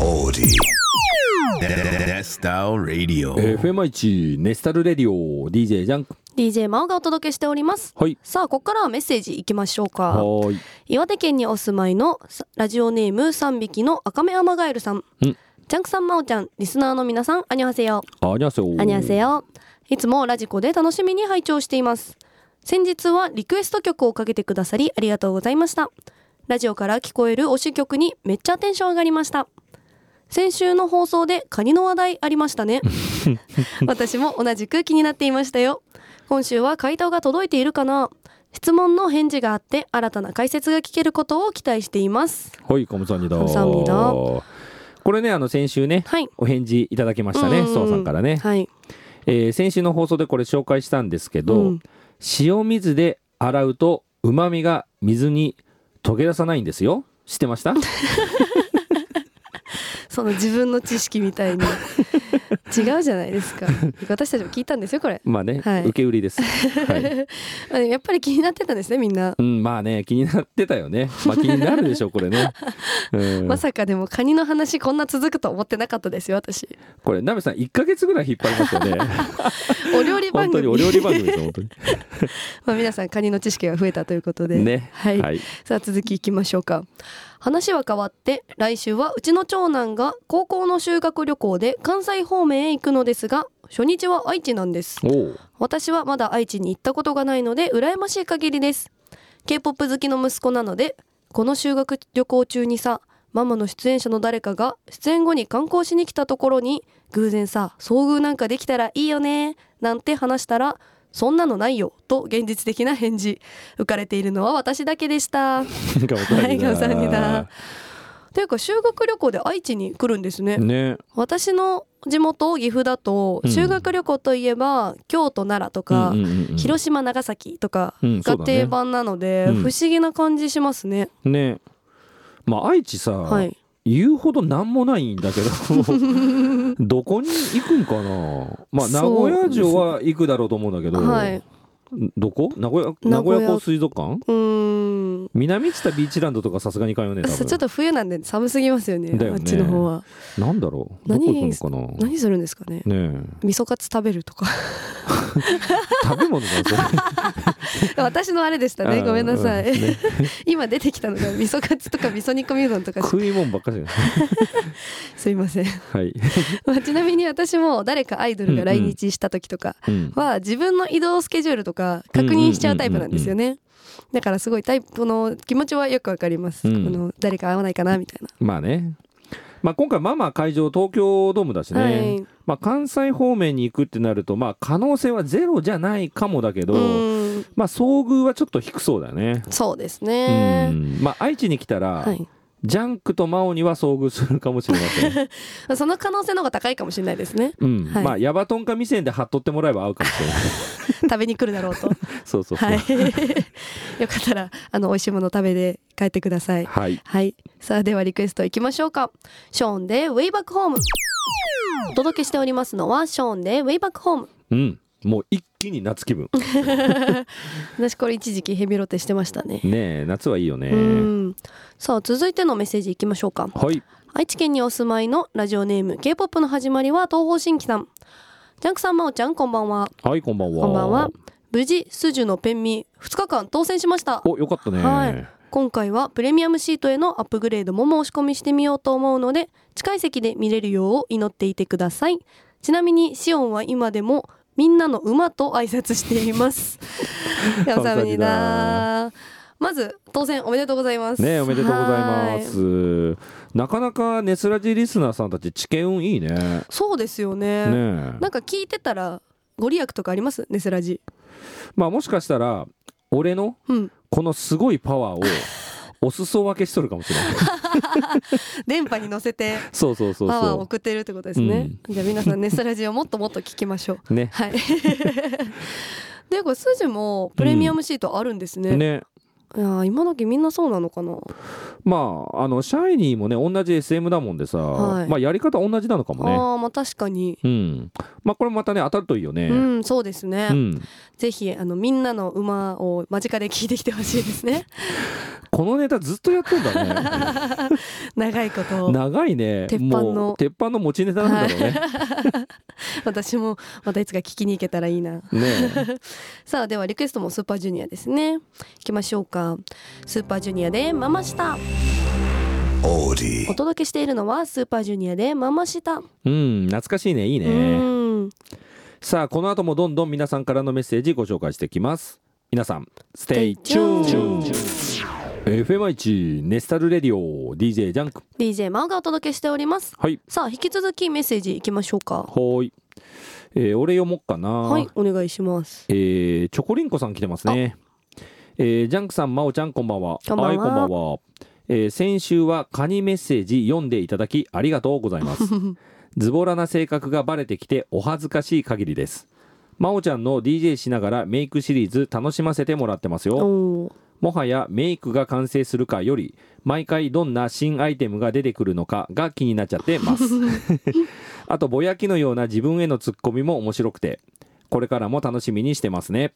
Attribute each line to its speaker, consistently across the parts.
Speaker 1: オーディデスタウラディオ
Speaker 2: FM1 ネスタルレディオ DJ ジャンク
Speaker 3: DJ マオがお届けしております
Speaker 2: はい
Speaker 3: さあここからはメッセージいきましょう
Speaker 2: は
Speaker 3: か
Speaker 2: ーい
Speaker 3: 岩手県にお住まいのさラジオネーム3匹の赤目アマガエルさん
Speaker 2: うん
Speaker 3: ジャンクさんマオちゃんリスナーの皆さんアニョハセヨ
Speaker 2: あにゃせよ
Speaker 3: アニョハセヨいつもラジコで楽しみに拝聴しています先日はリクエスト曲をかけてくださりありがとうございましたラジオから聞こえる推し曲にめっちゃテンション上がりました先週の放送でカニの話題ありま したね私も同じく気になっていましたよ今週は回答が届いているかな質問の返事があって新たな解説が聞けることを期待しています
Speaker 2: はいかむさんにだ
Speaker 3: 감사합니다
Speaker 2: これねあの先週ね
Speaker 3: はい
Speaker 2: お返事いただきましたね
Speaker 3: うんうんうん
Speaker 2: そうさんからね、
Speaker 3: はい
Speaker 2: えー先週の放送でこれ紹介したんですけど、
Speaker 3: うん
Speaker 2: 塩水で洗うと旨味が水に溶け出さないんですよ知ってました
Speaker 3: その自分の知識みたいに 違うじゃないですか私たちも聞いたんですよこれ
Speaker 2: まあね、
Speaker 3: はい
Speaker 2: 受け売りです、はい、
Speaker 3: まあやっぱり気になってたんですねみんな、
Speaker 2: うんまあね気になってたよねまあ気になるでしょこれ ね、うん
Speaker 3: まさかでもカニの話こんな続くと思ってなかったですよ私
Speaker 2: これナベさん1ヶ月ぐらい引っ張りましたよね
Speaker 3: お料理番
Speaker 2: 本当に
Speaker 3: 組
Speaker 2: お料理番組ですよ本当に
Speaker 3: まあ皆さんカニの知識が増えたということで、
Speaker 2: ね
Speaker 3: はい、
Speaker 2: はい
Speaker 3: さあ続きいきましょうか話は変わって来週はうちの長男が高校の修学旅行で関西方面へ行くのですが初日は愛知なんです
Speaker 2: おう
Speaker 3: 私はまだ愛知に行ったことがないので羨ましい限りです K-POP 好きの息子なのでこの修学旅行中にさママの出演者の誰かが出演後に観光しに来たところに偶然さ遭遇なんかできたらいいよねなんて話したらそんなのないよと現実的な返事浮かれているのは私だけでしたはい감사합니다というか修学旅行で愛知に来るんですね
Speaker 2: ね
Speaker 3: 私の地元岐阜だと
Speaker 2: うん
Speaker 3: 修学旅行といえば京都奈良とか、
Speaker 2: うんうんうんうん
Speaker 3: 広島長崎とか
Speaker 2: うんそう
Speaker 3: が
Speaker 2: だね
Speaker 3: 定番なので、
Speaker 2: うん
Speaker 3: 不思議な感じしますね。
Speaker 2: ねまあ愛知さ、
Speaker 3: はい。
Speaker 2: 言うほど何もないんだ けどどこに行くんかなまあ名
Speaker 3: そう
Speaker 2: 古屋城は行くだろうと思うんだけど、
Speaker 3: はい
Speaker 2: どこ名古屋名
Speaker 3: 名古
Speaker 2: 古
Speaker 3: 屋
Speaker 2: 屋港水族館
Speaker 3: うーん。
Speaker 2: 南千田ビーチランドとかさすがに行かんよね多
Speaker 3: ちょ
Speaker 2: 分
Speaker 3: っと冬なんで寒すぎますよね。
Speaker 2: だよ
Speaker 3: あ
Speaker 2: ね
Speaker 3: っちの方は。
Speaker 2: なんだろうどこ
Speaker 3: 何
Speaker 2: 行くのかな
Speaker 3: 何するんですかね。
Speaker 2: ねえ
Speaker 3: 味噌カツ食べる とか
Speaker 2: 食べ物だぞ
Speaker 3: 私のあれでした ねごめんなさい、
Speaker 2: うんね
Speaker 3: 今出てきたのが味噌カツとか味噌煮込みうどんとか
Speaker 2: 食い物ばっかりじゃない
Speaker 3: すいません
Speaker 2: はい、
Speaker 3: まあちなみに私も誰かアイドルが来日した時とか
Speaker 2: うん
Speaker 3: は自分の移動スケジュールとか確認しちゃうタイプなんですよねだからすごいタイプの気持ちはよくわかります、
Speaker 2: うん
Speaker 3: あの誰か会わないかなみたいな
Speaker 2: まあねまあ今回ママ会場東京ドームだしね、
Speaker 3: はい
Speaker 2: まあ、関西方面に行くってなるとまあ可能性はゼロじゃないかもだけど、
Speaker 3: うん
Speaker 2: まあ遭遇はちょっと低そうだね。
Speaker 3: そうです
Speaker 2: う
Speaker 3: ね。
Speaker 2: んまあ愛知に来たら、
Speaker 3: はい、
Speaker 2: ジャンクとマオには遭遇するかもしれませ ん。。
Speaker 3: その可能性の方が高いかもしれないですね
Speaker 2: うん、
Speaker 3: はい
Speaker 2: まあヤバトンか未線で貼っとってもらえば合うかもしれない。
Speaker 3: 食べに来るだろうと。
Speaker 2: そうそうそう。
Speaker 3: は
Speaker 2: はいい。。
Speaker 3: よかったら、あの美味しいもの食べて帰ってください。はい。さあ、ではリクエストいきましょうか。ショーンでウェイバックホーム。お届けしておりますのはショーンでウェイバックホーム。
Speaker 2: うん。もう一気に夏気分。
Speaker 3: 私これ一時期ヘビロテしてましたね。
Speaker 2: ねえ夏はいいよ
Speaker 3: う
Speaker 2: ね。
Speaker 3: ん。さあ、続いてのメッセージいきましょうか。
Speaker 2: はい。
Speaker 3: 愛知県にお住まいのラジオネーム K-POP の始まりは東方神起さん。ジャンクさん、まおちゃん、こんばんは。
Speaker 2: はいこんばんは。
Speaker 3: こんばんは。無事スジュのペンミ2日間当選しました。
Speaker 2: およかったね。
Speaker 3: はい今回はプレミアムシートへのアップグレードも申し込みしてみようと思うので近い席で見れるよう祈っていてください。ちなみにシオンは今でもみんなの馬と挨拶してい ます。やさみだ。まず当選おめでとうございます。
Speaker 2: ねえおめでとうございま
Speaker 3: はーい。
Speaker 2: す。なかなかネスラジリスナーさんたち知見運いいね。ね
Speaker 3: そうですよね。
Speaker 2: え。
Speaker 3: なんか聞いてたらご利益とかありますネスラジ。
Speaker 2: まあもしかしたら俺の
Speaker 3: うん。
Speaker 2: このすごいパ ワーをお裾分けしとるかもしれない。
Speaker 3: 電波に乗せて
Speaker 2: そうそうそう
Speaker 3: パワーを
Speaker 2: そ
Speaker 3: 送ってるってことですね。じゃあ皆さんネスラジをもっともっと聞きましょう。
Speaker 2: う。ね。
Speaker 3: はい。でこれスジもプレミアムシートあるんですね。い
Speaker 2: ね。
Speaker 3: やー今時みんなそうなのかな。
Speaker 2: まああのシャイニーもね同じ SM だもんでさ、
Speaker 3: はい
Speaker 2: まあやり方同じなのかもね。
Speaker 3: ああまあ確かに。
Speaker 2: うん。まあこれまたね当たるといいよね。
Speaker 3: う
Speaker 2: うん。
Speaker 3: ん、そうですね、ぜひあのみんなの馬を間近で聞いてきてほしいですね。
Speaker 2: このネタずっとやってんだね
Speaker 3: 長いこと
Speaker 2: 長いね
Speaker 3: 鉄板の
Speaker 2: もう鉄板の持ちネタなんだろうね、
Speaker 3: 私もまたいつか聞きに行けたらいいな
Speaker 2: ね
Speaker 3: さあではリクエストもスーパージュニアですねいきましょうかスーパージュニアでママしたお
Speaker 1: Audi.
Speaker 3: 届けしているのはスーパージュニアでママした、
Speaker 2: えうん懐かしいねいいうね、
Speaker 3: ーん
Speaker 2: さあこの後もどんどん皆さんからのメッセージご紹介していきます皆さん Stay tuned FM1 ネスタルレディオ DJ ジャンク
Speaker 3: DJ マオがお届けしております
Speaker 2: はい
Speaker 3: さあ引き続きメッセージいきましょうか
Speaker 2: ほーい、えー、俺読もっかな
Speaker 3: はいお願いします
Speaker 2: えーチョコリンコさん来てますねえージャンクさんまおちゃんこんばんは
Speaker 3: こんばんはい
Speaker 2: こんばんは、えー先週はカニメッセージ読んでいただきありがとうござい ますズボラな性格がバレてきてお恥ずかしい限りですまおちゃんの DJ しながらメイクシリーズ楽しませてもらってますよ
Speaker 3: おー
Speaker 2: もはやメイクが完成するかより毎回どんな新アイテムが出てくるのかが気になっちゃってます あとぼやきのような自分へのツッコミも面白くてこれからも楽しみにしてますね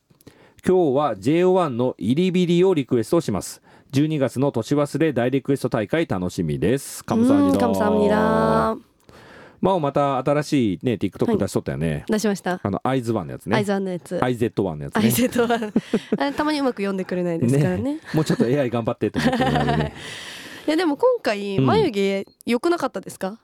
Speaker 2: 今日は JO1 のイリビリをリクエストします12月の年忘れ大リクエスト大会楽しみですカムサハニ
Speaker 3: う
Speaker 2: ダ
Speaker 3: んカムサハニダ
Speaker 2: まあまた新しいね TikTok 出しとったよね、
Speaker 3: 出しました
Speaker 2: あのアイズワンのやつね
Speaker 3: アイザーのやつ
Speaker 2: IZ1 のやつ
Speaker 3: アイ
Speaker 2: ね
Speaker 3: ゼとはあたまにうまく読んでくれないですからね
Speaker 2: もうちょっと AI 頑張ってと思ってるのでね
Speaker 3: いやでも今回
Speaker 2: うん
Speaker 3: 眉毛良くなかったですか、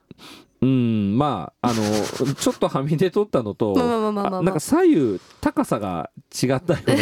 Speaker 2: うんまああの ちょっとはみ出とったのと
Speaker 3: まあまあまあまあまあ
Speaker 2: あなんか左右高さが違ったよね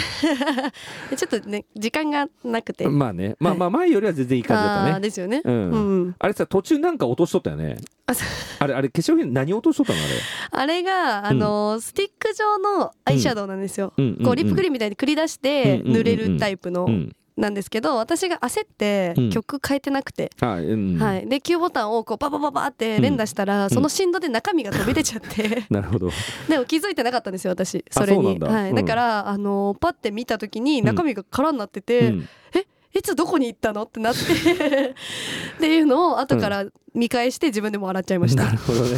Speaker 3: ちょっとね時間がなくて、
Speaker 2: まあねまあまあ前よりは全然いい感じだ
Speaker 3: あ
Speaker 2: った
Speaker 3: あー
Speaker 2: ね
Speaker 3: ですよね、
Speaker 2: うん
Speaker 3: うん
Speaker 2: あれさ途中なんか落としとったよね
Speaker 3: あそう
Speaker 2: あれあれ化粧品何落としとったのあれ
Speaker 3: あれが、あのースティック状のアイシャドウなんですよ、
Speaker 2: うんうんうん
Speaker 3: こうリップクリームみたいに繰り出して
Speaker 2: うんうんうんうん
Speaker 3: 塗れるタイプの
Speaker 2: うん
Speaker 3: なんですけど私が焦って
Speaker 2: うん
Speaker 3: 曲変えてなくて、
Speaker 2: あうん
Speaker 3: はい、で Q ボタンをこうババババって連打したら、その振動で中身が飛び出ちゃって、
Speaker 2: なるほど
Speaker 3: でも気づいてなかったんですよ私
Speaker 2: あ
Speaker 3: それに
Speaker 2: そうなんだ
Speaker 3: はい、
Speaker 2: うん
Speaker 3: だから、あのーパッて見た時に中身が空になってて、
Speaker 2: うん
Speaker 3: いつどこに行ったのってなって っていうのを後から見返して自分でも笑っちゃいました、
Speaker 2: なるほどね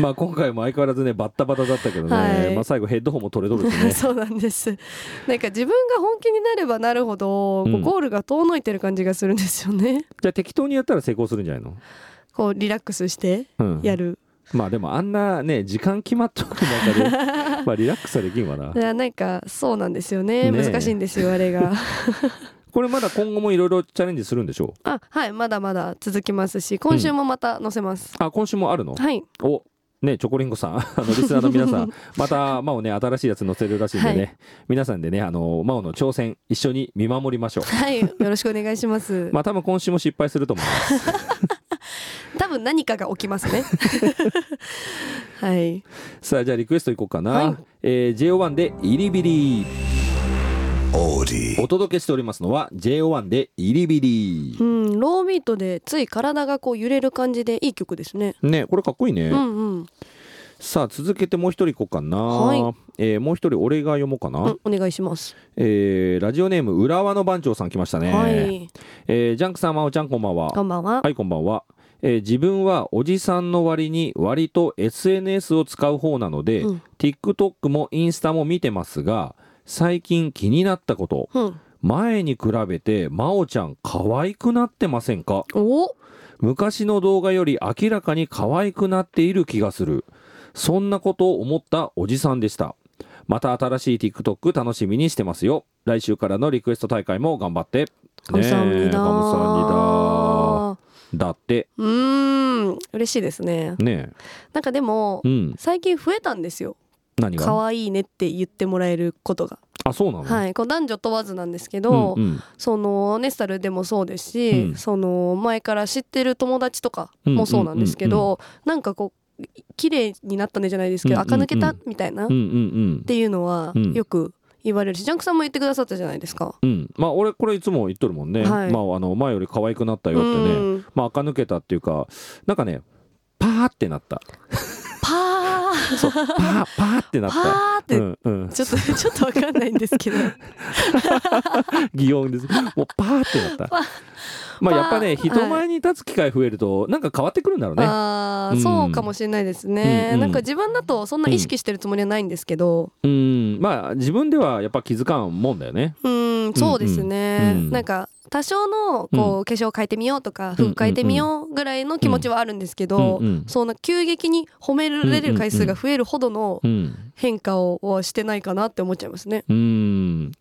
Speaker 2: まあ今回も相変わらずねバッタバタだったけどね、
Speaker 3: はい
Speaker 2: まあ最後ヘッドホンも取れとるしね
Speaker 3: そうなんですなんか自分が本気になればなるほど、こう
Speaker 2: うん
Speaker 3: ゴールが遠のいてる感じがするんですよね
Speaker 2: じゃあ適当にやったら成功するんじゃないの
Speaker 3: こうリラックスして
Speaker 2: うん
Speaker 3: やる、
Speaker 2: まあでもあんなね時間決まっとる中 でまあリラックスはできんわな
Speaker 3: だからなんかそうなんですよね
Speaker 2: ねえ
Speaker 3: 難しいんですよあ れが
Speaker 2: これまだ今後もいろいろチャレンジするんでしょう
Speaker 3: あはいまだまだ続きますし今週もまた載せます、
Speaker 2: あ今週もあるの
Speaker 3: はい
Speaker 2: おねチョコリンコさん あのリスナーの皆さんまたマオね新しいやつ載せるらしいんでね、
Speaker 3: は
Speaker 2: 皆さんでねあのマオの挑戦一緒に見守りましょう
Speaker 3: はいよろしくお願いします、
Speaker 2: まあ多分今週も失敗すると思い ます
Speaker 3: 多分何かが起きま すねはい
Speaker 2: さあじゃあリクエストいこうかな、
Speaker 3: はい
Speaker 2: えー JO1 で「イリビリ」
Speaker 1: Audi.
Speaker 2: お届けしておりますのは JO1 で「イリビリ
Speaker 3: うん、ローミートでつい体がこう揺れる感じでいい曲ですね。」
Speaker 2: ねこれかっこいいね、
Speaker 3: うんうん、
Speaker 2: さあ続けてもう一人いこうかな、
Speaker 3: はい
Speaker 2: えーもう一人俺が読もうかな、
Speaker 3: うん、お願いします。
Speaker 2: えーラジオネーム浦和の番長さん来ましたね、
Speaker 3: はい、
Speaker 2: えージャンクさんまおちゃんこんばんは
Speaker 3: こんばんは。
Speaker 2: はいこんばんは、えー自分はおじさんの割に割と SNS を使う方なので、
Speaker 3: うん
Speaker 2: TikTok もインスタも見てますが最近気になったこと
Speaker 3: うん、
Speaker 2: 前に比べてまおちゃん可愛くなってませんか
Speaker 3: お、
Speaker 2: 昔の動画より明らかに可愛くなっている気がするそんなことを思ったおじさんでしたまた新しい TikTok 楽しみにしてますよ来週からのリクエスト大会も頑張って
Speaker 3: カムサハニ
Speaker 2: ねえ
Speaker 3: ダ
Speaker 2: ガムサハニ
Speaker 3: ー。
Speaker 2: ダだって
Speaker 3: うーん、嬉しいですね。
Speaker 2: ね
Speaker 3: なんかでも
Speaker 2: えうん
Speaker 3: 最近増えたんですよ。
Speaker 2: 何が
Speaker 3: 可愛いねって言ってもらえることが、
Speaker 2: あそうなの
Speaker 3: はい、こう男女問わずなんですけど、
Speaker 2: うんうん
Speaker 3: そのネスタルでもそうですし、
Speaker 2: うん
Speaker 3: その前から知ってる友達とかもそうなんですけ
Speaker 2: うんうん
Speaker 3: ど、なんかこう綺麗になったねじゃないですけど、
Speaker 2: うんうんうん
Speaker 3: 垢抜けたみたいな、
Speaker 2: うん
Speaker 3: っ
Speaker 2: うん
Speaker 3: ていうのは
Speaker 2: うん
Speaker 3: よく言われるし、ジャンクさんも言ってくださったじゃないですか。
Speaker 2: うんうんまあ俺これいつも言っとるもんね、
Speaker 3: はい
Speaker 2: まああの前より可愛くなったよって
Speaker 3: う
Speaker 2: ね
Speaker 3: ん
Speaker 2: まあ垢抜けたっていうかなんかねパーってな った
Speaker 3: パ
Speaker 2: そうパーパーってな
Speaker 3: ー
Speaker 2: っ
Speaker 3: パ
Speaker 2: た
Speaker 3: ーって、
Speaker 2: うんうん
Speaker 3: ちょっと ちょっとわかんないんですけど
Speaker 2: 擬音です。もうパーってな った。まあやっぱね、
Speaker 3: パー
Speaker 2: 人前に立つ機会増えると、なんか変わってくるんだろうね。
Speaker 3: あ
Speaker 2: う
Speaker 3: ー
Speaker 2: ん
Speaker 3: そうかもしれないです
Speaker 2: う
Speaker 3: ね、
Speaker 2: んうん
Speaker 3: なんか自分だとそんな意識してるつもりはないんですけど
Speaker 2: うん、まあ自分ではやっぱ気づかんもんだよね。
Speaker 3: うんそうですね、
Speaker 2: うんうん
Speaker 3: なんか多少のこう化粧変えてみようとか服変えてみようぐらいの気持ちはあるんですけど、
Speaker 2: うんうん
Speaker 3: そんな急激に褒められる回数が増えるほどの
Speaker 2: うん
Speaker 3: 変化をはしてないかなって思っちゃいますね。
Speaker 2: うーん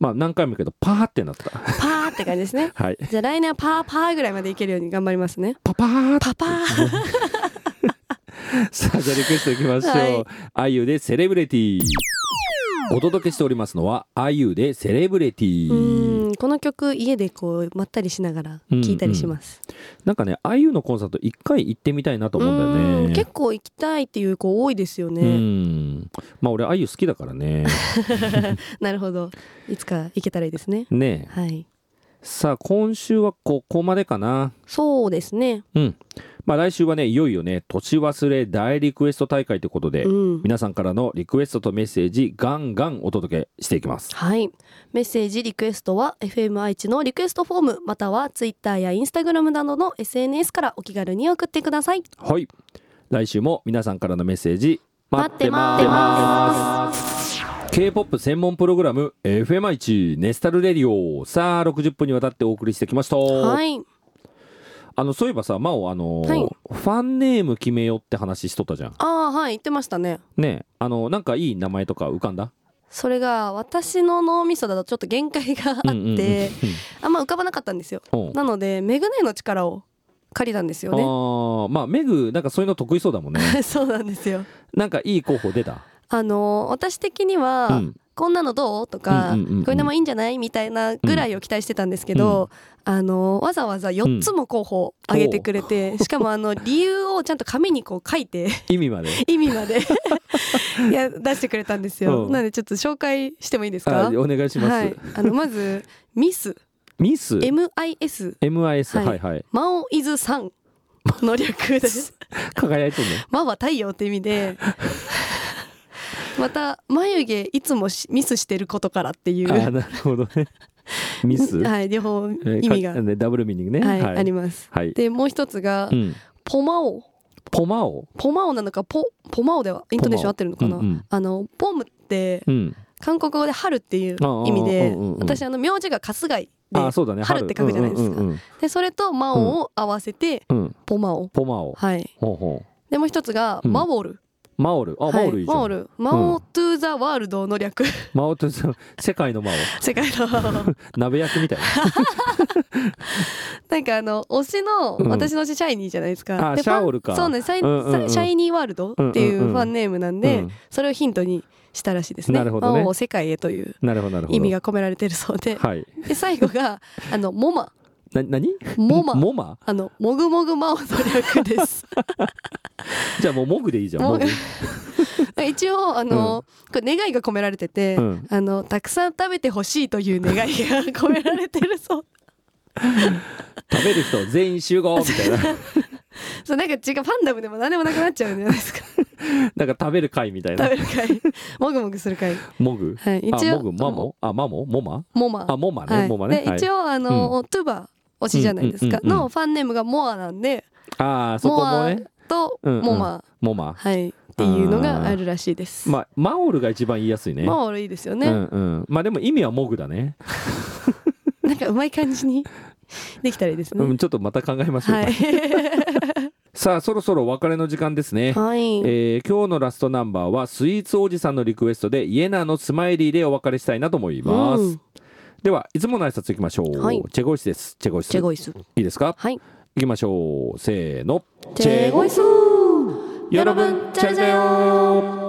Speaker 2: まあ何回も言うけどパーってなった
Speaker 3: パーって感じですね。
Speaker 2: はい
Speaker 3: じゃあ来年はパーパーぐらいまでいけるように頑張りますね。
Speaker 2: パパー
Speaker 3: パパー
Speaker 2: さあじゃあリクエストいきましょう、
Speaker 3: はい
Speaker 2: あゆでセレブレティお届けしておりますのはあゆでセレブレテ
Speaker 3: う
Speaker 2: ィ
Speaker 3: ーんこの曲家でこうまったりしながら聴いたりします。
Speaker 2: なんかねあゆのコンサート一回行ってみたいなと思うんだよ
Speaker 3: うー
Speaker 2: ね
Speaker 3: ん結構行きたいっていう子多いですよ
Speaker 2: う
Speaker 3: ね。
Speaker 2: んまあ俺あゆ好きだからね
Speaker 3: なるほど。いつか行けたらいいですね。
Speaker 2: ねえ
Speaker 3: はい。
Speaker 2: さあ今週はここまでかな
Speaker 3: そうですね。
Speaker 2: うんまあ来週はねいよいよね年忘れ大リクエスト大会ということで、
Speaker 3: うん。
Speaker 2: 皆さんからのリクエストとメッセージガンガンお届けしていきます
Speaker 3: はい。メッセージリクエストは FM 愛知のリクエストフォームまたはツイッターやインスタグラムなどの SNS からお気軽に送ってください。
Speaker 2: はい来週も皆さんからのメッセージ待ってま
Speaker 3: 待っ
Speaker 2: ー
Speaker 3: てます
Speaker 2: K-POP 専門プログラム FMI1 ネスタルレディオさあ60分にわたってお送りしてきました、
Speaker 3: はい。
Speaker 2: あのそういえばさ真央あの、
Speaker 3: はい
Speaker 2: ファンネーム決めようって話しとったじゃん
Speaker 3: ああはい言ってましたね。
Speaker 2: ねえあのなんかいい名前とか浮かんだ
Speaker 3: それが私の脳みそだとちょっと限界があって、
Speaker 2: うんうんうん
Speaker 3: あんま浮かばなかったんですよ。
Speaker 2: うん
Speaker 3: なのでメグネの力を借りたんですよ
Speaker 2: あ
Speaker 3: ね。
Speaker 2: ーまあメグなんかそういうの得意そうだもんね
Speaker 3: そうなんですよ。
Speaker 2: なんかいい候補出た
Speaker 3: あのー私的には、
Speaker 2: うん
Speaker 3: こんなのどうとか、
Speaker 2: うんうんうんうん
Speaker 3: こういうのもいいんじゃないみたいなぐらいを期待してたんですけど、あのわざわざ4つも候補挙げてくれて、しかもあの理由をちゃんと紙にこう書い て
Speaker 2: 意味まで
Speaker 3: 意味まで いや出してくれたんですよ、
Speaker 2: うん
Speaker 3: なのでちょっと紹介してもいいです
Speaker 2: あ
Speaker 3: か
Speaker 2: お願いします、
Speaker 3: はい、あのまずミス
Speaker 2: ミス
Speaker 3: MIS
Speaker 2: MIS
Speaker 3: はい
Speaker 2: はいはい
Speaker 3: マオイズさんの略です
Speaker 2: 輝いてるね
Speaker 3: 魔は太陽って意味 でまた眉毛いつもしミスしてることからって いう
Speaker 2: あーなるほど ねミス、
Speaker 3: はい両方
Speaker 2: えー
Speaker 3: 意味が、
Speaker 2: かねダブルミーニングね
Speaker 3: はいあり
Speaker 2: ま
Speaker 3: ます
Speaker 2: はい、
Speaker 3: でもう一つが、
Speaker 2: うん、
Speaker 3: ポマオ
Speaker 2: ポマオ
Speaker 3: ポマオなのかポポマオではイントネーション合ってるのかな、
Speaker 2: うんうん
Speaker 3: あのポムって
Speaker 2: うん
Speaker 3: 韓国語で春っていう
Speaker 2: ああ
Speaker 3: 意味で
Speaker 2: うんうんうん
Speaker 3: 私あの名字が春日井で
Speaker 2: あーそうだね
Speaker 3: 春って書くじゃないですか
Speaker 2: うんうん
Speaker 3: でそれとマオを合わせて
Speaker 2: うんうん
Speaker 3: ポマオ
Speaker 2: ポマオ
Speaker 3: はい
Speaker 2: ほうほ
Speaker 3: でもう一つが
Speaker 2: うん
Speaker 3: マオル、
Speaker 2: うマオルあ、
Speaker 3: はい
Speaker 2: マオルいいじゃん
Speaker 3: マオルマオトゥーザワールドの略
Speaker 2: マオとその世界のマオ
Speaker 3: 世界の
Speaker 2: 鍋焼きみたい な
Speaker 3: なんかあの推しの、
Speaker 2: うん
Speaker 3: 私の推しシャイニーじゃないですか。
Speaker 2: あ
Speaker 3: で
Speaker 2: シャオ
Speaker 3: ファン
Speaker 2: ルか
Speaker 3: そうねシャイ、
Speaker 2: うんうんうん
Speaker 3: シャイニーワールドって
Speaker 2: う
Speaker 3: いう
Speaker 2: んうんうん
Speaker 3: ファンネームなんで、
Speaker 2: うん
Speaker 3: それをヒントにしたらしいですね。
Speaker 2: なるほどね
Speaker 3: 魔王を世界へという
Speaker 2: なるほどなるほど
Speaker 3: 意味が込められてるそうで、
Speaker 2: はい
Speaker 3: で最後があの モマ
Speaker 2: な何
Speaker 3: モマ
Speaker 2: モマ
Speaker 3: あのもぐもぐ魔王の 略です。
Speaker 2: じゃあもうモグでいいじゃん
Speaker 3: モグ
Speaker 2: モグ
Speaker 3: 一応あの、これ願いが込められてて、
Speaker 2: うん
Speaker 3: あのたくさん食べてほしいという願いが込められてるそう。
Speaker 2: 食べる人全員集合みたいな
Speaker 3: そうなんか違うファンダムでも何でもなくなっちゃうんじゃないで すか。
Speaker 2: なんか食べる会みたい
Speaker 3: 食
Speaker 2: な
Speaker 3: べる会、もぐもぐする会。
Speaker 2: モグ
Speaker 3: はい、一
Speaker 2: あ
Speaker 3: 応
Speaker 2: モグマモあマモモマ
Speaker 3: モマ
Speaker 2: あモマね、
Speaker 3: はい
Speaker 2: モマね
Speaker 3: で
Speaker 2: はい
Speaker 3: 一応あの、トゥバ推しじゃないですか、
Speaker 2: うんうんうんうん
Speaker 3: のファンネームがモアなんで
Speaker 2: ああそこ
Speaker 3: モ
Speaker 2: も
Speaker 3: ア
Speaker 2: ね
Speaker 3: と
Speaker 2: うんうん
Speaker 3: モマ、
Speaker 2: モマ
Speaker 3: はいっていうのがあるらしいです
Speaker 2: まあマオルが一番言いやすいね
Speaker 3: モオルいいですよ
Speaker 2: う
Speaker 3: ね、
Speaker 2: んうんまあでも意味はモグだね、
Speaker 3: なんかうまい感じ にできたらいいですね、
Speaker 2: うん、ちょっとまた考えましょう、
Speaker 3: はい
Speaker 2: さあそろそろお別れの時間ですね、
Speaker 3: はい、
Speaker 2: えー今日のラストナンバーはスイーツおじさんのリクエストでイエナのスマイリーでお別れしたいなと思います、
Speaker 3: うん
Speaker 2: ではいつもの挨拶いきましょう、
Speaker 3: はい
Speaker 2: チェゴイスですチェゴイス
Speaker 3: チェゴイス
Speaker 2: いいですか
Speaker 3: はい
Speaker 2: いきましょうせーの
Speaker 3: チェゴイス
Speaker 2: 여러분잘자요